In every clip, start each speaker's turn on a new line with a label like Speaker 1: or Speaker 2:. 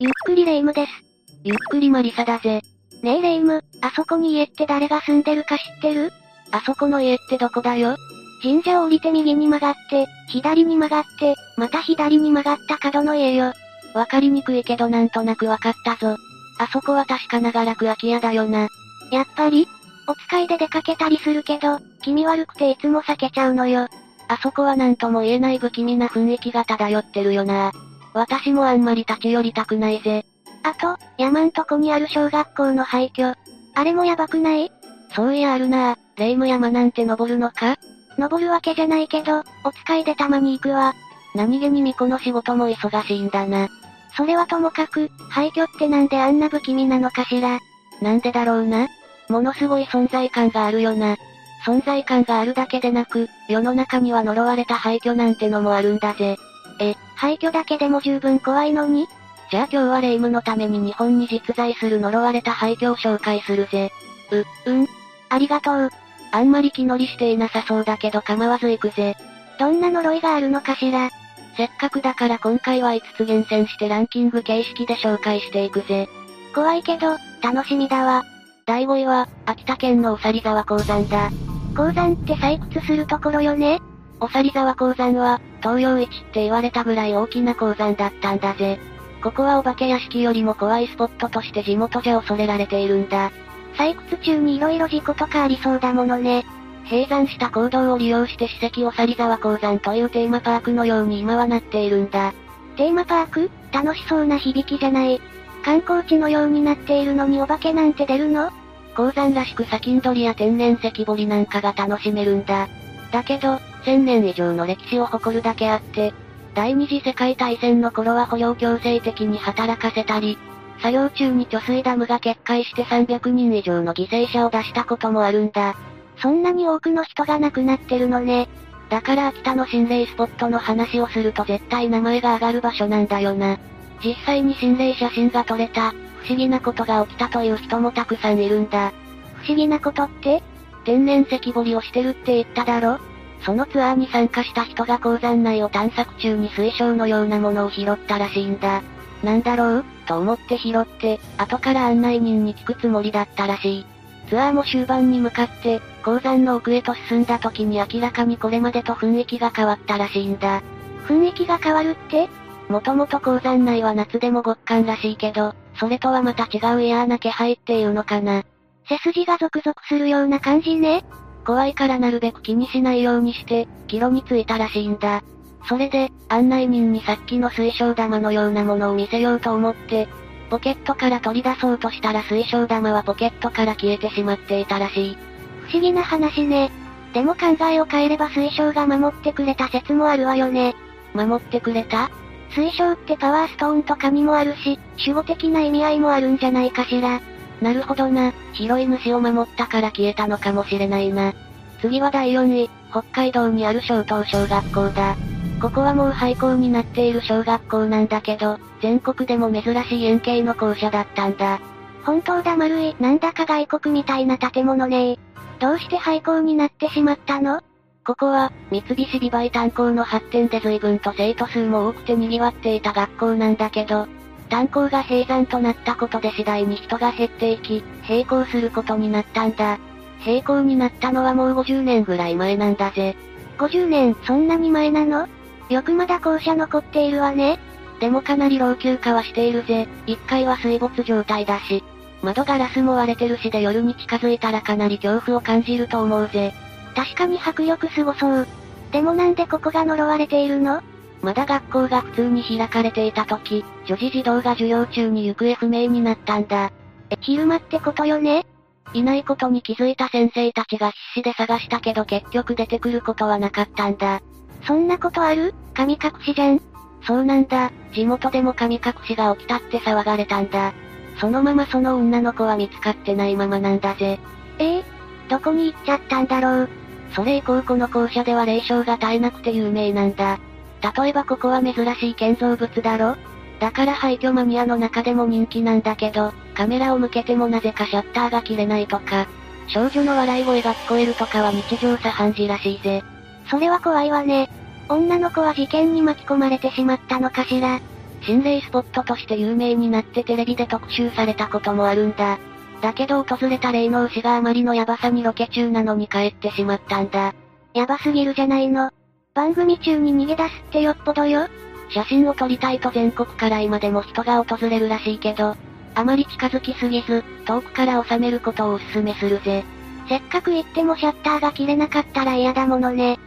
Speaker 1: ゆっくりレ夢ムです。
Speaker 2: ゆっくりマリサだぜ。
Speaker 1: ねえレ夢ム、あそこに家って誰が住んでるか知ってる
Speaker 2: あそこの家ってどこだよ
Speaker 1: 神社を降りて右に曲がって、左に曲がって、また左に曲がった角の家よ。
Speaker 2: わかりにくいけどなんとなくわかったぞ。あそこは確か長楽空き家だよな。
Speaker 1: やっぱりお使いで出かけたりするけど、気味悪くていつも避けちゃうのよ。
Speaker 2: あそこはなんとも言えない不気味な雰囲気が漂ってるよな。私もあんまり立ち寄りたくないぜ。
Speaker 1: あと、山んとこにある小学校の廃墟。あれもやばくない
Speaker 2: そういやあるな霊夢山なんて登るのか
Speaker 1: 登るわけじゃないけど、お使いでたまに行くわ。
Speaker 2: 何気に巫女の仕事も忙しいんだな。
Speaker 1: それはともかく、廃墟ってなんであんな不気味なのかしら。
Speaker 2: なんでだろうな。ものすごい存在感があるよな。存在感があるだけでなく、世の中には呪われた廃墟なんてのもあるんだぜ。
Speaker 1: え、廃墟だけでも十分怖いのに
Speaker 2: じゃあ今日は霊夢のために日本に実在する呪われた廃墟を紹介するぜ。
Speaker 1: う、うん。ありがとう。
Speaker 2: あんまり気乗りしていなさそうだけど構わず行くぜ。
Speaker 1: どんな呪いがあるのかしら
Speaker 2: せっかくだから今回は5つ厳選してランキング形式で紹介していくぜ。
Speaker 1: 怖いけど、楽しみだわ。
Speaker 2: 第5位は、秋田県のおさり沢鉱山だ。
Speaker 1: 鉱山って採掘するところよね
Speaker 2: おさり沢鉱山は、東洋一って言われたぐらい大きな鉱山だったんだぜ。ここはお化け屋敷よりも怖いスポットとして地元じゃ恐れられているんだ。
Speaker 1: 採掘中に色々事故とかありそうだものね。
Speaker 2: 閉山した行動を利用して史跡おさり沢鉱山というテーマパークのように今はなっているんだ。
Speaker 1: テーマパーク楽しそうな響きじゃない。観光地のようになっているのにお化けなんて出るの
Speaker 2: 鉱山らしく砂金取りや天然石掘りなんかが楽しめるんだ。だけど、1000年以上の歴史を誇るだけあって、第二次世界大戦の頃は捕虜強制的に働かせたり、作業中に貯水ダムが決壊して300人以上の犠牲者を出したこともあるんだ。
Speaker 1: そんなに多くの人が亡くなってるのね。
Speaker 2: だから秋田の心霊スポットの話をすると絶対名前が上がる場所なんだよな。実際に心霊写真が撮れた、不思議なことが起きたという人もたくさんいるんだ。
Speaker 1: 不思議なことって
Speaker 2: 天然石掘りをしてるって言っただろそのツアーに参加した人が鉱山内を探索中に水晶のようなものを拾ったらしいんだ。なんだろうと思って拾って、後から案内人に聞くつもりだったらしい。ツアーも終盤に向かって、鉱山の奥へと進んだ時に明らかにこれまでと雰囲気が変わったらしいんだ。
Speaker 1: 雰囲気が変わるって
Speaker 2: もともと鉱山内は夏でも極寒らしいけど、それとはまた違う嫌な気配っていうのかな。
Speaker 1: 背筋がゾクゾクするような感じね。
Speaker 2: 怖いからなるべく気にしないようにして、帰路に着いたらしいんだ。それで、案内人にさっきの水晶玉のようなものを見せようと思って、ポケットから取り出そうとしたら水晶玉はポケットから消えてしまっていたらしい。
Speaker 1: 不思議な話ね。でも考えを変えれば水晶が守ってくれた説もあるわよね。
Speaker 2: 守ってくれた
Speaker 1: 水晶ってパワーストーンとかにもあるし、守護的な意味合いもあるんじゃないかしら。
Speaker 2: なるほどな、広い主を守ったから消えたのかもしれないな。次は第4位、北海道にある小東小学校だ。ここはもう廃校になっている小学校なんだけど、全国でも珍しい円形の校舎だったんだ。
Speaker 1: 本当だ丸い、なんだか外国みたいな建物ねどうして廃校になってしまったの
Speaker 2: ここは、三菱美媒炭鉱の発展で随分と生徒数も多くて賑わっていた学校なんだけど、炭鉱が閉山となったことで次第に人が減っていき、閉校することになったんだ。閉校になったのはもう50年ぐらい前なんだぜ。
Speaker 1: 50年、そんなに前なのよくまだ校舎残っているわね。
Speaker 2: でもかなり老朽化はしているぜ。1階は水没状態だし。窓ガラスも割れてるしで夜に近づいたらかなり恐怖を感じると思うぜ。
Speaker 1: 確かに迫力すごそう。でもなんでここが呪われているの
Speaker 2: まだ学校が普通に開かれていた時、女児児童が授業中に行方不明になったんだ。
Speaker 1: え、昼間ってことよね
Speaker 2: いないことに気づいた先生たちが必死で探したけど結局出てくることはなかったんだ。
Speaker 1: そんなことある神隠しじゃん。
Speaker 2: そうなんだ。地元でも神隠しが起きたって騒がれたんだ。そのままその女の子は見つかってないままなんだぜ。
Speaker 1: ええどこに行っちゃったんだろう。
Speaker 2: それ以降この校舎では霊障が絶えなくて有名なんだ。例えばここは珍しい建造物だろだから廃墟マニアの中でも人気なんだけど、カメラを向けてもなぜかシャッターが切れないとか、少女の笑い声が聞こえるとかは日常茶飯事らしいぜ。
Speaker 1: それは怖いわね。女の子は事件に巻き込まれてしまったのかしら。
Speaker 2: 心霊スポットとして有名になってテレビで特集されたこともあるんだ。だけど訪れた霊能師があまりのヤバさにロケ中なのに帰ってしまったんだ。
Speaker 1: やばすぎるじゃないの。番組中に逃げ出すってよっぽどよ。
Speaker 2: 写真を撮りたいと全国から今でも人が訪れるらしいけど、あまり近づきすぎず、遠くから収めることをお勧めするぜ。
Speaker 1: せっかく行ってもシャッターが切れなかったら嫌だものね。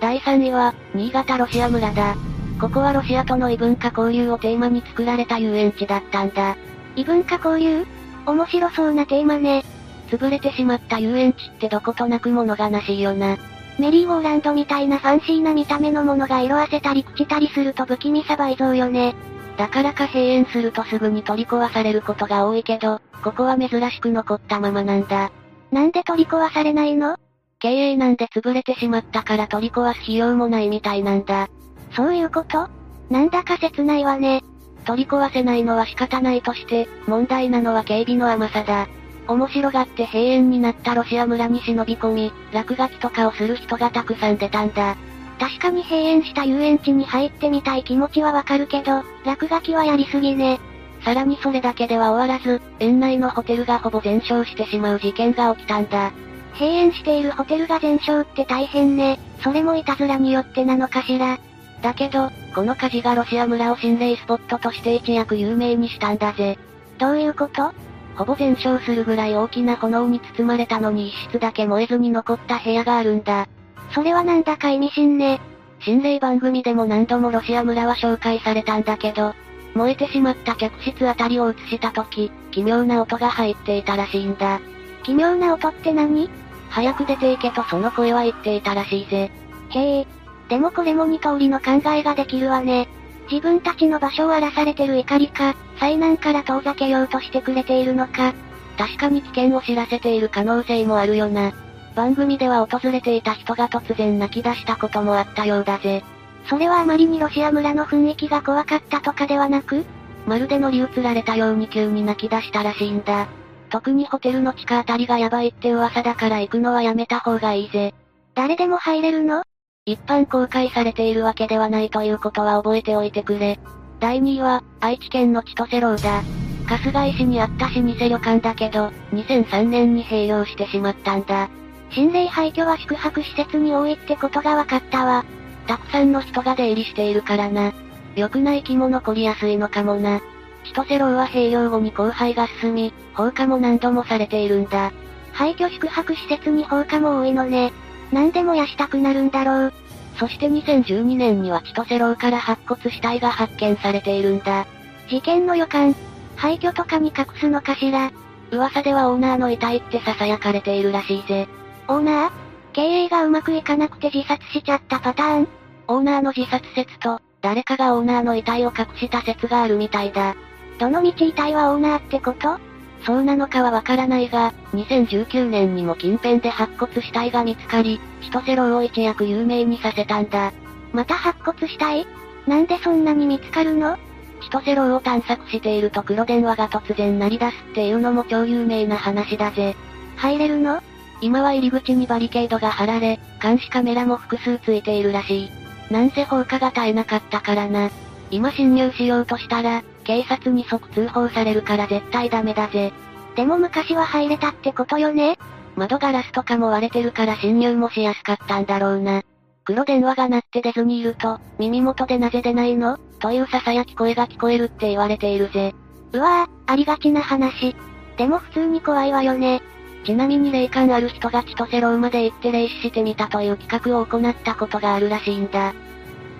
Speaker 2: 第3位は、新潟ロシア村だ。ここはロシアとの異文化交流をテーマに作られた遊園地だったんだ。
Speaker 1: 異文化交流面白そうなテーマね。
Speaker 2: 潰れてしまった遊園地ってどことなく物悲しいよな。
Speaker 1: メリーゴーランドみたいなファンシーな見た目のものが色あせたり朽ちたりすると不気味さ倍増よね。
Speaker 2: だからか閉園するとすぐに取り壊されることが多いけど、ここは珍しく残ったままなんだ。
Speaker 1: なんで取り壊されないの
Speaker 2: 経営なんで潰れてしまったから取り壊す費用もないみたいなんだ。
Speaker 1: そういうことなんだか切ないわね。
Speaker 2: 取り壊せないのは仕方ないとして、問題なのは警備の甘さだ。面白がって閉園になったロシア村に忍び込み、落書きとかをする人がたくさん出たんだ。
Speaker 1: 確かに閉園した遊園地に入ってみたい気持ちはわかるけど、落書きはやりすぎね。
Speaker 2: さらにそれだけでは終わらず、園内のホテルがほぼ全焼してしまう事件が起きたんだ。
Speaker 1: 閉園しているホテルが全焼って大変ね。それもいたずらによってなのかしら。
Speaker 2: だけど、この火事がロシア村を心霊スポットとして一躍有名にしたんだぜ。
Speaker 1: どういうこと
Speaker 2: ほぼ全焼するぐらい大きな炎に包まれたのに一室だけ燃えずに残った部屋があるんだ。
Speaker 1: それはなんだか意味深ね。
Speaker 2: 心霊番組でも何度もロシア村は紹介されたんだけど、燃えてしまった客室あたりを映した時、奇妙な音が入っていたらしいんだ。
Speaker 1: 奇妙な音って何
Speaker 2: 早く出ていけとその声は言っていたらしいぜ。
Speaker 1: へえ。でもこれも二通りの考えができるわね。自分たちの場所を荒らされてる怒りか、災難から遠ざけようとしてくれているのか。
Speaker 2: 確かに危険を知らせている可能性もあるよな。番組では訪れていた人が突然泣き出したこともあったようだぜ。
Speaker 1: それはあまりにロシア村の雰囲気が怖かったとかではなく
Speaker 2: まるで乗り移られたように急に泣き出したらしいんだ。特にホテルの地下あたりがやばいって噂だから行くのはやめた方がいいぜ。
Speaker 1: 誰でも入れるの
Speaker 2: 一般公開されているわけではないということは覚えておいてくれ。第2位は、愛知県の千歳楼だ。春日井市にあった老舗旅館だけど、2003年に閉業してしまったんだ。
Speaker 1: 心霊廃墟は宿泊施設に多いってことが分かったわ。
Speaker 2: たくさんの人が出入りしているからな。良くない気も残りやすいのかもな。千歳楼は閉業後に荒廃が進み、放火も何度もされているんだ。
Speaker 1: 廃墟宿泊施設に放火も多いのね。何でもやしたくなるんだろう。
Speaker 2: そして2012年には千歳楼から白骨死体が発見されているんだ。
Speaker 1: 事件の予感。廃墟とかに隠すのかしら。
Speaker 2: 噂ではオーナーの遺体って囁かれているらしいぜ。
Speaker 1: オーナー経営がうまくいかなくて自殺しちゃったパターン
Speaker 2: オーナーの自殺説と、誰かがオーナーの遺体を隠した説があるみたいだ。
Speaker 1: どの道遺体はオーナーってこと
Speaker 2: そうなのかはわからないが、2019年にも近辺で白骨死体が見つかり、千歳楼を一躍有名にさせたんだ。
Speaker 1: また白骨死体なんでそんなに見つかるの
Speaker 2: 千歳楼を探索していると黒電話が突然鳴り出すっていうのも超有名な話だぜ。
Speaker 1: 入れるの
Speaker 2: 今は入り口にバリケードが張られ、監視カメラも複数ついているらしい。なんせ放火が絶えなかったからな。今侵入しようとしたら、警察に即通報されるから絶対ダメだぜ。
Speaker 1: でも昔は入れたってことよね
Speaker 2: 窓ガラスとかも割れてるから侵入もしやすかったんだろうな。黒電話が鳴って出ずにいると、耳元でなぜ出ないのという囁き声が聞こえるって言われているぜ。
Speaker 1: うわぁ、ありがちな話。でも普通に怖いわよね。
Speaker 2: ちなみに霊感ある人が千歳楼まで行って霊視してみたという企画を行ったことがあるらしいんだ。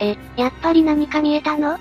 Speaker 1: え、やっぱり何か見えたの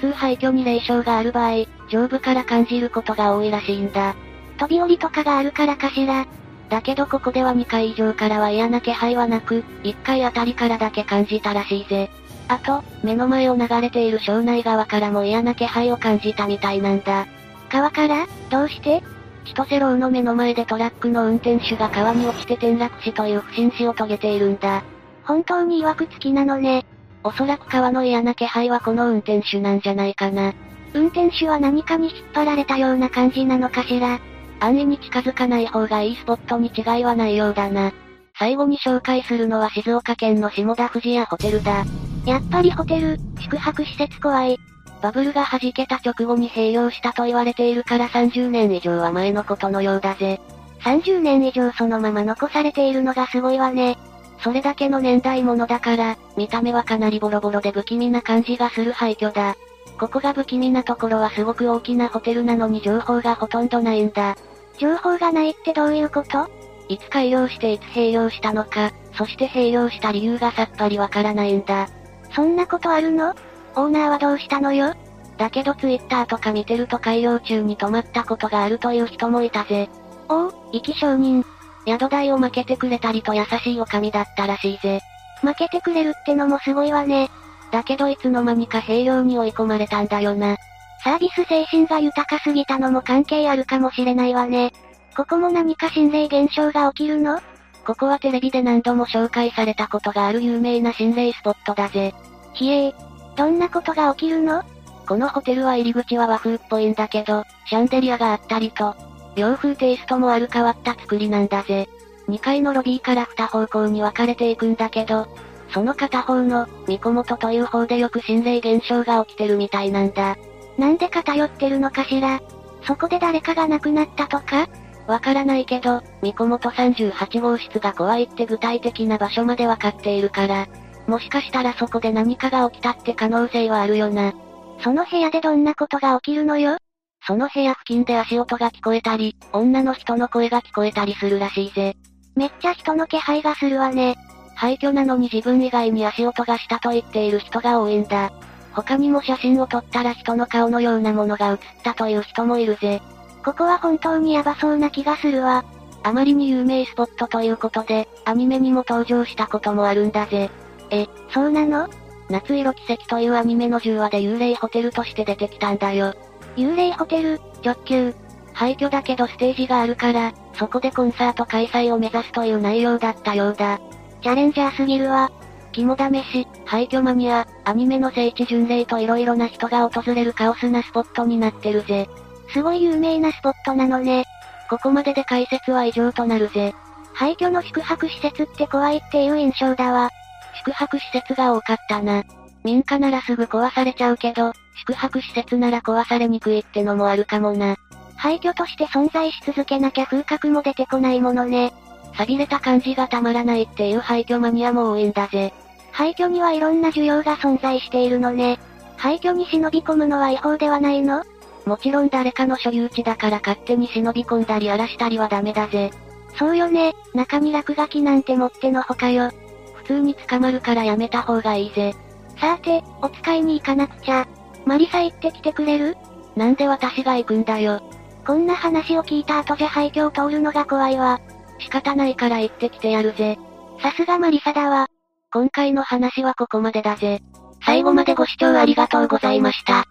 Speaker 2: 普通廃墟に霊障がある場合、上部から感じることが多いらしいんだ。
Speaker 1: 飛び降りとかがあるからかしら。
Speaker 2: だけどここでは2階以上からは嫌な気配はなく、1階あたりからだけ感じたらしいぜ。あと、目の前を流れている庄内川からも嫌な気配を感じたみたいなんだ。
Speaker 1: 川からどうして
Speaker 2: 千歳楼の目の前でトラックの運転手が川に落ちて転落死という不審死を遂げているんだ。
Speaker 1: 本当に曰くつきなのね。
Speaker 2: おそらく川の嫌な気配はこの運転手なんじゃないかな。
Speaker 1: 運転手は何かに引っ張られたような感じなのかしら。
Speaker 2: 安易に近づかない方がいいスポットに違いはないようだな。最後に紹介するのは静岡県の下田富士屋ホテルだ。
Speaker 1: やっぱりホテル、宿泊施設怖い。
Speaker 2: バブルが弾けた直後に併用したと言われているから30年以上は前のことのようだぜ。
Speaker 1: 30年以上そのまま残されているのがすごいわね。
Speaker 2: それだけの年代ものだから、見た目はかなりボロボロで不気味な感じがする廃墟だ。ここが不気味なところはすごく大きなホテルなのに情報がほとんどないんだ。
Speaker 1: 情報がないってどういうこと
Speaker 2: いつ改良していつ併用したのか、そして併用した理由がさっぱりわからないんだ。
Speaker 1: そんなことあるのオーナーはどうしたのよ
Speaker 2: だけどツイッターとか見てると改良中に泊まったことがあるという人もいたぜ。
Speaker 1: おお、
Speaker 2: 意気承認。宿代を負けてくれたりと優しい女将だったらしいぜ。
Speaker 1: 負けてくれるってのもすごいわね。
Speaker 2: だけどいつの間にか併用に追い込まれたんだよな。
Speaker 1: サービス精神が豊かすぎたのも関係あるかもしれないわね。ここも何か心霊現象が起きるの
Speaker 2: ここはテレビで何度も紹介されたことがある有名な心霊スポットだぜ。
Speaker 1: ひえー。どんなことが起きるの
Speaker 2: このホテルは入り口は和風っぽいんだけど、シャンデリアがあったりと、洋風テイストもある変わった作りなんだぜ。2階のロビーから2方向に分かれていくんだけど、その片方の、三子元という方でよく心霊現象が起きてるみたいなんだ。
Speaker 1: なんで偏ってるのかしらそこで誰かが亡くなったとか
Speaker 2: わからないけど、三子元38号室が怖いって具体的な場所までわかっているから、もしかしたらそこで何かが起きたって可能性はあるよな。
Speaker 1: その部屋でどんなことが起きるのよ
Speaker 2: その部屋付近で足音が聞こえたり、女の人の声が聞こえたりするらしいぜ。
Speaker 1: めっちゃ人の気配がするわね。
Speaker 2: 廃墟なのに自分以外に足音がしたと言っている人が多いんだ。他にも写真を撮ったら人の顔のようなものが写ったという人もいるぜ。
Speaker 1: ここは本当にヤバそうな気がするわ。
Speaker 2: あまりに有名スポットということで、アニメにも登場したこともあるんだぜ。
Speaker 1: え、そうなの
Speaker 2: 夏色奇跡というアニメの10話で幽霊ホテルとして出てきたんだよ。
Speaker 1: 幽霊ホテル、
Speaker 2: 直球。廃墟だけどステージがあるから、そこでコンサート開催を目指すという内容だったようだ。
Speaker 1: チャレンジャーすぎるわ。
Speaker 2: 肝試し、廃墟マニア、アニメの聖地巡礼と色々な人が訪れるカオスなスポットになってるぜ。
Speaker 1: すごい有名なスポットなのね。
Speaker 2: ここまでで解説は以上となるぜ。
Speaker 1: 廃墟の宿泊施設って怖いっていう印象だわ。
Speaker 2: 宿泊施設が多かったな。民家ならすぐ壊されちゃうけど、宿泊施設なら壊されにくいってのもあるかもな。
Speaker 1: 廃墟として存在し続けなきゃ風格も出てこないものね。
Speaker 2: 錆びれた感じがたまらないっていう廃墟マニアも多いんだぜ。
Speaker 1: 廃墟にはいろんな需要が存在しているのね。廃墟に忍び込むのは違法ではないの
Speaker 2: もちろん誰かの所有地だから勝手に忍び込んだり荒らしたりはダメだぜ。
Speaker 1: そうよね、中に落書きなんてもってのほかよ。
Speaker 2: 普通に捕まるからやめた方がいいぜ。
Speaker 1: さーて、お使いに行かなくちゃ。マリサ行ってきてくれる
Speaker 2: なんで私が行くんだよ。
Speaker 1: こんな話を聞いた後じゃ廃墟を通るのが怖いわ。
Speaker 2: 仕方ないから行ってきてやるぜ。
Speaker 1: さすがマリサだわ。
Speaker 2: 今回の話はここまでだぜ。最後までご視聴ありがとうございました。